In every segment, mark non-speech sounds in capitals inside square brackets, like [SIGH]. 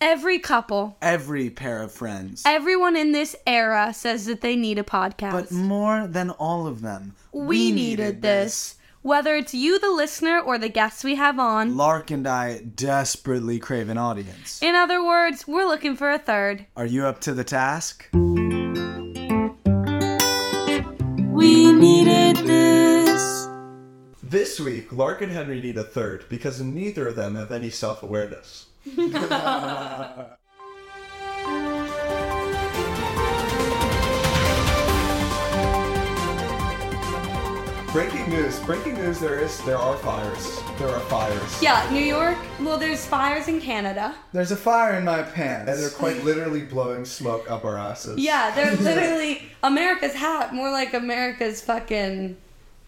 Every couple, every pair of friends. everyone in this era says that they need a podcast. but more than all of them, we, needed, this. Whether it's you, the listener, or the guests we have on. Lark and I desperately crave an audience. In other words, we're looking for a third. Are you up to the task? We needed this. This week, Lark and Henry need a third because neither of them have any [LAUGHS] self awareness. breaking news! Breaking news! There is there are fires. There are fires. Yeah, New York. Well, there's fires in Canada. There's a fire in my And they're pants. quite literally blowing smoke up our asses. Yeah, they're literally America's hat, more like America's fucking.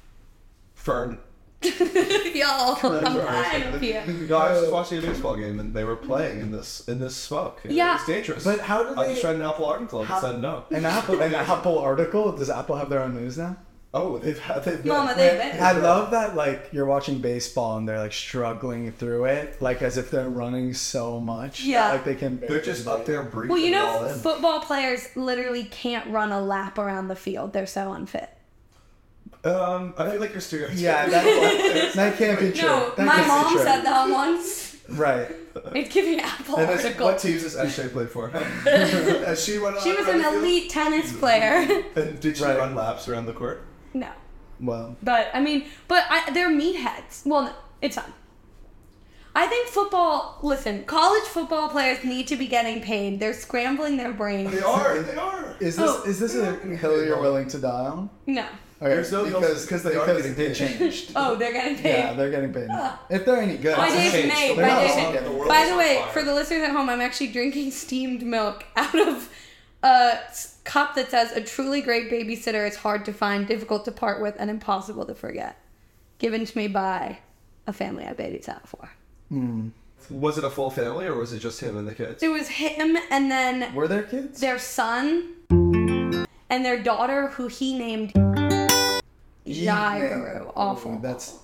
[LAUGHS] Fern. Y'all, I'm tired of [LAUGHS] you. No, I was just watching a baseball game and they were playing in this in this smoke. It Yeah. was dangerous. But how do I they- just read an Apple article and How- said no. An Apple, an Apple article. Does Apple have their own news now? Oh, they've had they've been- Mama, they've been- I love that. Like you're watching baseball and they're like struggling through it, like as if they're running so much. that, Yeah. like they can. They're just up there breathing. Well, you it all know, in. football players literally can't run a lap around the field. They're so unfit. Um, I feel like you're stereotyping. Yeah, that, [LAUGHS] that can't be true. No, That my can't be mom true. said that once. Right. It's giving Apple And that's, article. what teams does SJ [LAUGHS] play for? and she went. She on was around an the field. elite tennis player. And did she Right. run laps around the court? [LAUGHS] no, Well, but I mean, but I, they're meatheads. Well, no, it's fine. I think football. Listen, college football players need to be getting paid. They're scrambling their brains. They are. They are. is this Oh. is this a hill you're willing to die on? No. Okay, There's no hills because they are getting they [LAUGHS] paid. changed. Oh, they're getting paid. yeah, they're getting paid. now. If they're any good, Ah. My it's day's changed. made. They're My not day's all made. getting world By is the on way, fire. for the listeners at home, I'm actually drinking steamed milk [LAUGHS] out of a s- cup that says "A truly great babysitter is hard to find, difficult to part with, and impossible to forget." Given to me by a family I babysat for. Was it a full family or was it just him and the kids? It was him, and then Were there kids? their son, and their daughter, who he named Jairo. Awful. That's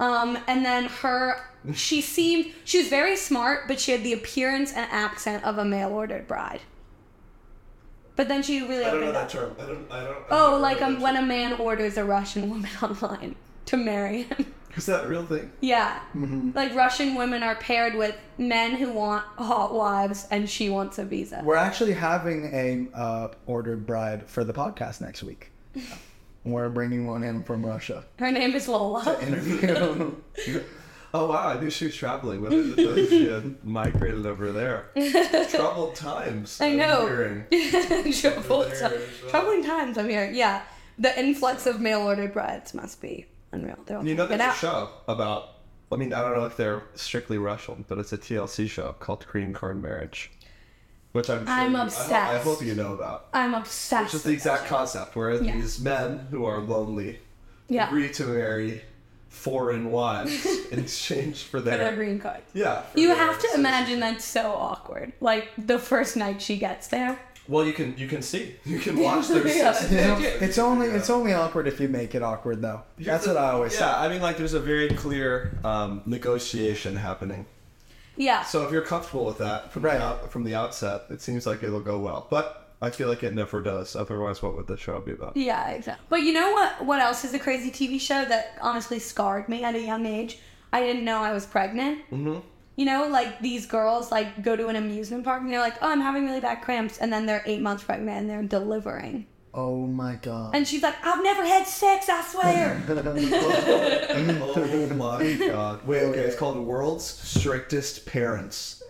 Um, and then her, she seemed, she was very smart, but she had the appearance and accent of a mail ordered bride. But then she really I don't know opened that up. term. I don't. I don't. Oh, like um, when a man orders a Russian woman [LAUGHS] online to marry him. [LAUGHS] Is that a real thing? yeah. Mm-hmm. Like Russian women are paired with men who want hot wives, and she wants a visa. we're actually having a uh, ordered bride for the podcast next week. We're bringing one in from [LAUGHS] Russia. Her name is Lola. Interview. [LAUGHS] Oh wow, I knew she was traveling with it. but she had migrated [LAUGHS] over there. Troubled [LAUGHS] times. I I'm know. [LAUGHS] hearing. Trouble- Over there as well. Troubling times, I'm here. Yeah. The influx of mail ordered brides must be unreal. They're all You know, taken there's a out. show about. I mean, I don't know if they're strictly Russian, but it's a TLC show called Green Corn Marriage, which I'm. sure I'm you- I ho- I, obsessed. hope you know about. I'm It's obsessed. just the exact concept where Yeah. these men who are lonely yeah. agree to marry [LAUGHS] foreign wives in exchange for their. for their green card. yeah. for You their have to citizenship. imagine that's so awkward. Like the first night she gets there. Well, you can you can see you can watch [LAUGHS] their. Yeah. citizenship. [LAUGHS] it's only it's only awkward if you make it awkward though. That's what I always say. Yeah, I mean, like, there's a very clear um, negotiation happening. Yeah. So if you're comfortable with that from Right. the out, from the outset, it seems like it'll go well. But I feel like it never does. Otherwise, what would the show be about? yeah, exactly. But you know what what else is a crazy TV show that honestly scarred me at a young age? I didn't know I was pregnant. Mm-hmm. You know, like these girls like go to an amusement park and they're like, "Oh, I'm having really bad cramps," and then they're eight months pregnant and they're delivering. Oh my god. And she's like, "I've never had sex, I swear." [LAUGHS] [LAUGHS] oh [LAUGHS] my god! Wait, okay, it's called World's Strictest Parents.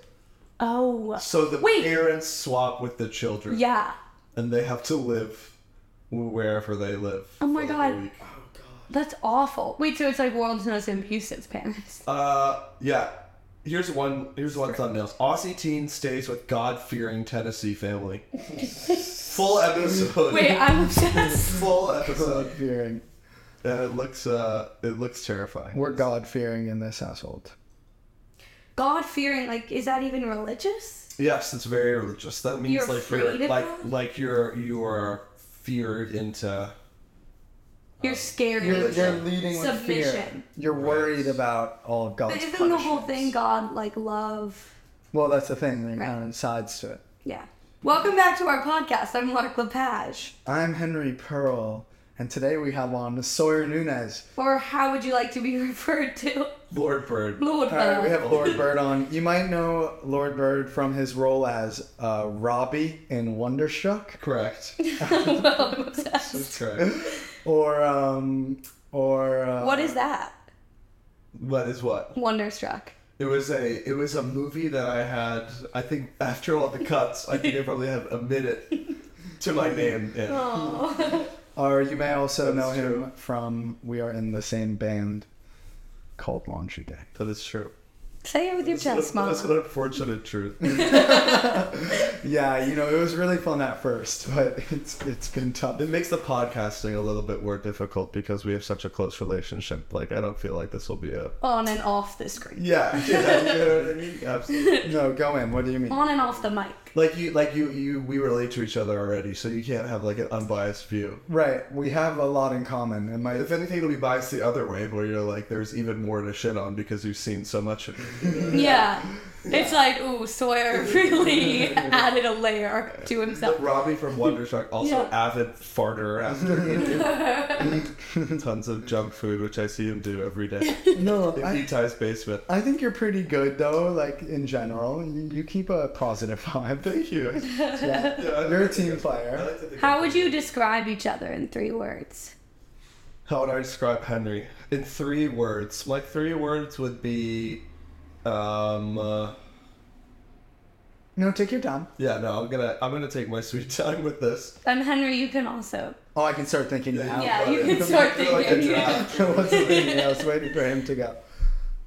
oh, So the Wait. parents swap with the children, yeah. and they have to live wherever they live. Oh my for the God. week. That's awful. Wait, so it's like world's most abusive [LAUGHS] parents. Uh, yeah. Here's one. Here's one thumbnail. Aussie teen stays with God-fearing Tennessee family. Full episode. Wait, [LAUGHS] I'm obsessed. Full episode. God fearing. Yeah, it looks uh, it looks terrifying. We're God fearing in this household. God fearing, like, is that even religious? Yes, it's very religious. That means You're like afraid you're of like God? like you're you are feared into You're scared. Uh, You're, of you're leading with fear. Submission. You're worried about all of God's But isn't the whole thing punishments. God like love? Well, that's the thing. There are kind Right. of sides to it. Yeah. Welcome back to our podcast. I'm Mark Lepage. I'm Henry Pearl, and today we have on Sawyer Nunez. Or how would you like to be [LAUGHS] referred to? Lord Bird. Lord All right, we Bird. have Lord Bird [LAUGHS] on. You might know Lord Bird from his role as uh, Robbie in Wonderstruck, Correct. Well, [LAUGHS] I'm obsessed. That's correct. or um, or uh, What is that? What is what? Wonderstruck. It was a it was a movie that I had. I think after all the cuts, I think I probably have a minute to my name. in. Oh. Or you may also know That's him true. from We Are in the Same Band called Laundry Day. That is true. Say it with your chest, Mom. That's an unfortunate truth. Yeah, you know, it was really fun at first, [LAUGHS] but it's it's been tough. It makes the podcasting a little bit more difficult because we have such a close relationship. Like, I don't feel like this will be a. [LAUGHS] On and off the screen. Yeah, yeah, you know what I mean. Absolutely. No, go in. What do you mean? On and off the mic. Like you, like you, you. We relate to each other already, so you can't have like an unbiased view. Right, we have a lot in common. And my If anything, it'll be biased the other way, where you're like, there's even more to shit on because you've seen so much. of it. Yeah. It's like, ooh, Sawyer really added a layer to himself. Robbie from Wonderstruck, also Yeah. avid farter after eating tons of junk food, which I see him do every day. [LAUGHS] [LAUGHS] no, If I, he ties basement. I think you're pretty good though. Like in general, you, you keep a positive [LAUGHS] vibe. Thank you. Yeah, you're a team player. How would you describe each other in three words? How would I describe Henry? In three words. My three words would be. Um. Uh, No, take your time. yeah, no, I'm gonna I'm gonna take my sweet [LAUGHS] time with this. Um, Henry, you can also. Oh, I can start thinking now. [LAUGHS] Yeah, [LAUGHS] you can start Like a thinking. draft. [LAUGHS] What's the thing? I was waiting for him to go.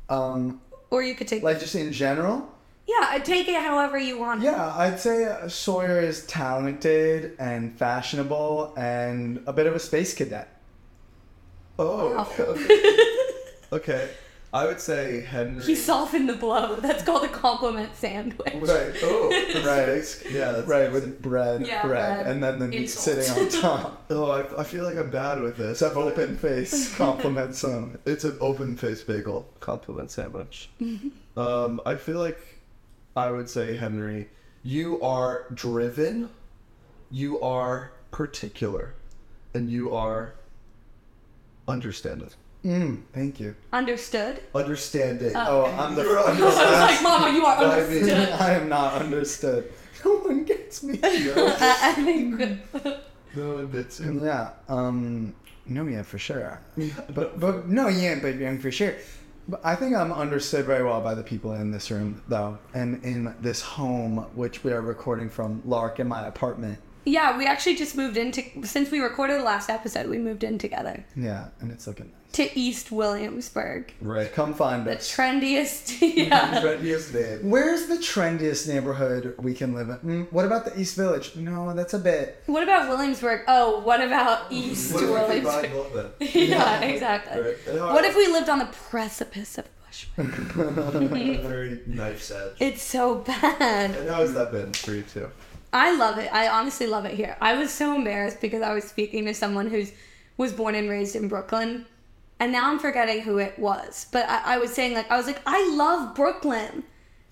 Um, Or you could take. like just in general. Yeah, uh, take it however you want. Yeah, I'd say uh, Sawyer is talented and fashionable and a bit of a space cadet. Oh. Okay. okay. I would say Henry. [LAUGHS] He softened the blow. That's called a compliment sandwich. Right. [LAUGHS] Oh. Right. Yeah. That's, Right, with bread, Yeah, bread, bread. and then the meat Insult. sitting on [LAUGHS] top. Oh, I, I feel like I'm bad with this. It's an open face compliment song. It's an open faced bagel compliment sandwich. [LAUGHS] um, I feel like I would say, Henry, you are driven, you are particular, and you are understanding. Mm, thank you. Understood? Understanding. Oh, [LAUGHS] I'm the. [LAUGHS] You're I'm I was the like, Mama, you are I mean, understood. [LAUGHS] [LAUGHS] I am not understood. No one gets me. I, I think. [LAUGHS] Oh, No, and it's- yeah. Um. No, yeah, for sure. But but no, yeah, but yeah, for sure. But I think I'm understood very well by the people in this room, though, and in this home which we are recording from, Lark, in my apartment. Yeah, we actually just moved into. Since we recorded the last episode, we moved in together Yeah, and it's looking nice. to East Williamsburg. Right. Come find The us. trendiest. [LAUGHS] Yeah. Trendiest [LAUGHS] name. Where's the trendiest neighborhood we can live in? Mm, what about the East Village? No, that's a [LAUGHS] bit. [LAUGHS] What about Williamsburg? Oh, what about East What if we Williamsburg? combine both of them? [LAUGHS] yeah, exactly. Right. And how- What if we lived on the precipice of Bushwick? Very knife's [LAUGHS] edge. It's so bad. And how has that been for you too? I love it. I honestly love it here. I was so embarrassed because I was speaking to someone who's was born and raised in Brooklyn, and now I'm forgetting who it was. But I, I was saying like I was like I love Brooklyn,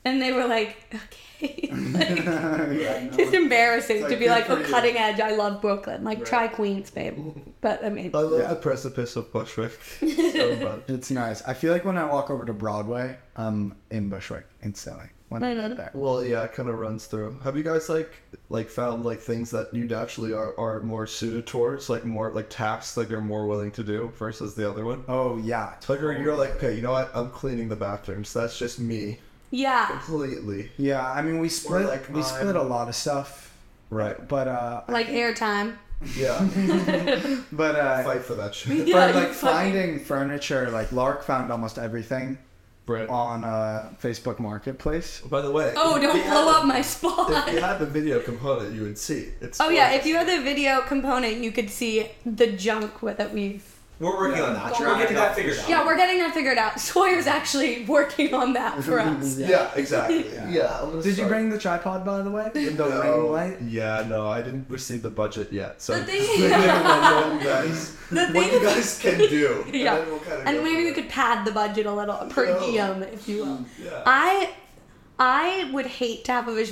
and they were like, okay, [LAUGHS] like, it's embarrassing like, to be good like, for oh, you. cutting edge. I love Brooklyn. Like try Queens, babe. [LAUGHS] But I mean, I love Yeah. the precipice of Bushwick [LAUGHS] so much. It's nice. I feel like when I walk over to Broadway, I'm in Bushwick instantly. When I I get know. there. Well, yeah, it kind of runs through. Have you guys like like found like things that you naturally are are more suited towards, like more like tasks like you're more willing to do versus the other one? Oh yeah, Like you're, you're like, okay, you know what? I'm cleaning the bathrooms. That's just me yeah, completely. Yeah, I mean we split like we split a mine. lot of stuff, Right. but uh like airtime. Yeah. but uh Fight for [LAUGHS] that shit. Yeah, for like you fucking- finding furniture, like Lark found almost everything Right. on uh Facebook Marketplace. By the way. Oh, if don't we had blow the- up my spot. If you had the video component, you would see. It's Oh yeah, gorgeous. if you had the video component, you could see the junk with that we've We're working on that. Don't We're getting worry. that figured out. Yeah, we're getting that figured out. [LAUGHS] Sawyer's actually working on that [LAUGHS] for us. Yeah, [LAUGHS] exactly. Yeah. I'm gonna Did you start- bring the tripod, by the [LAUGHS] way? The No. ring light? Yeah, no, I didn't receive the budget yet. So The thing- just let me know what you guys, The what you thing- guys can [LAUGHS] do. and Yeah. then we'll kinda And go maybe from we there. could pad the budget a little per No. diem, if you will. Yeah. I I would hate to have a visual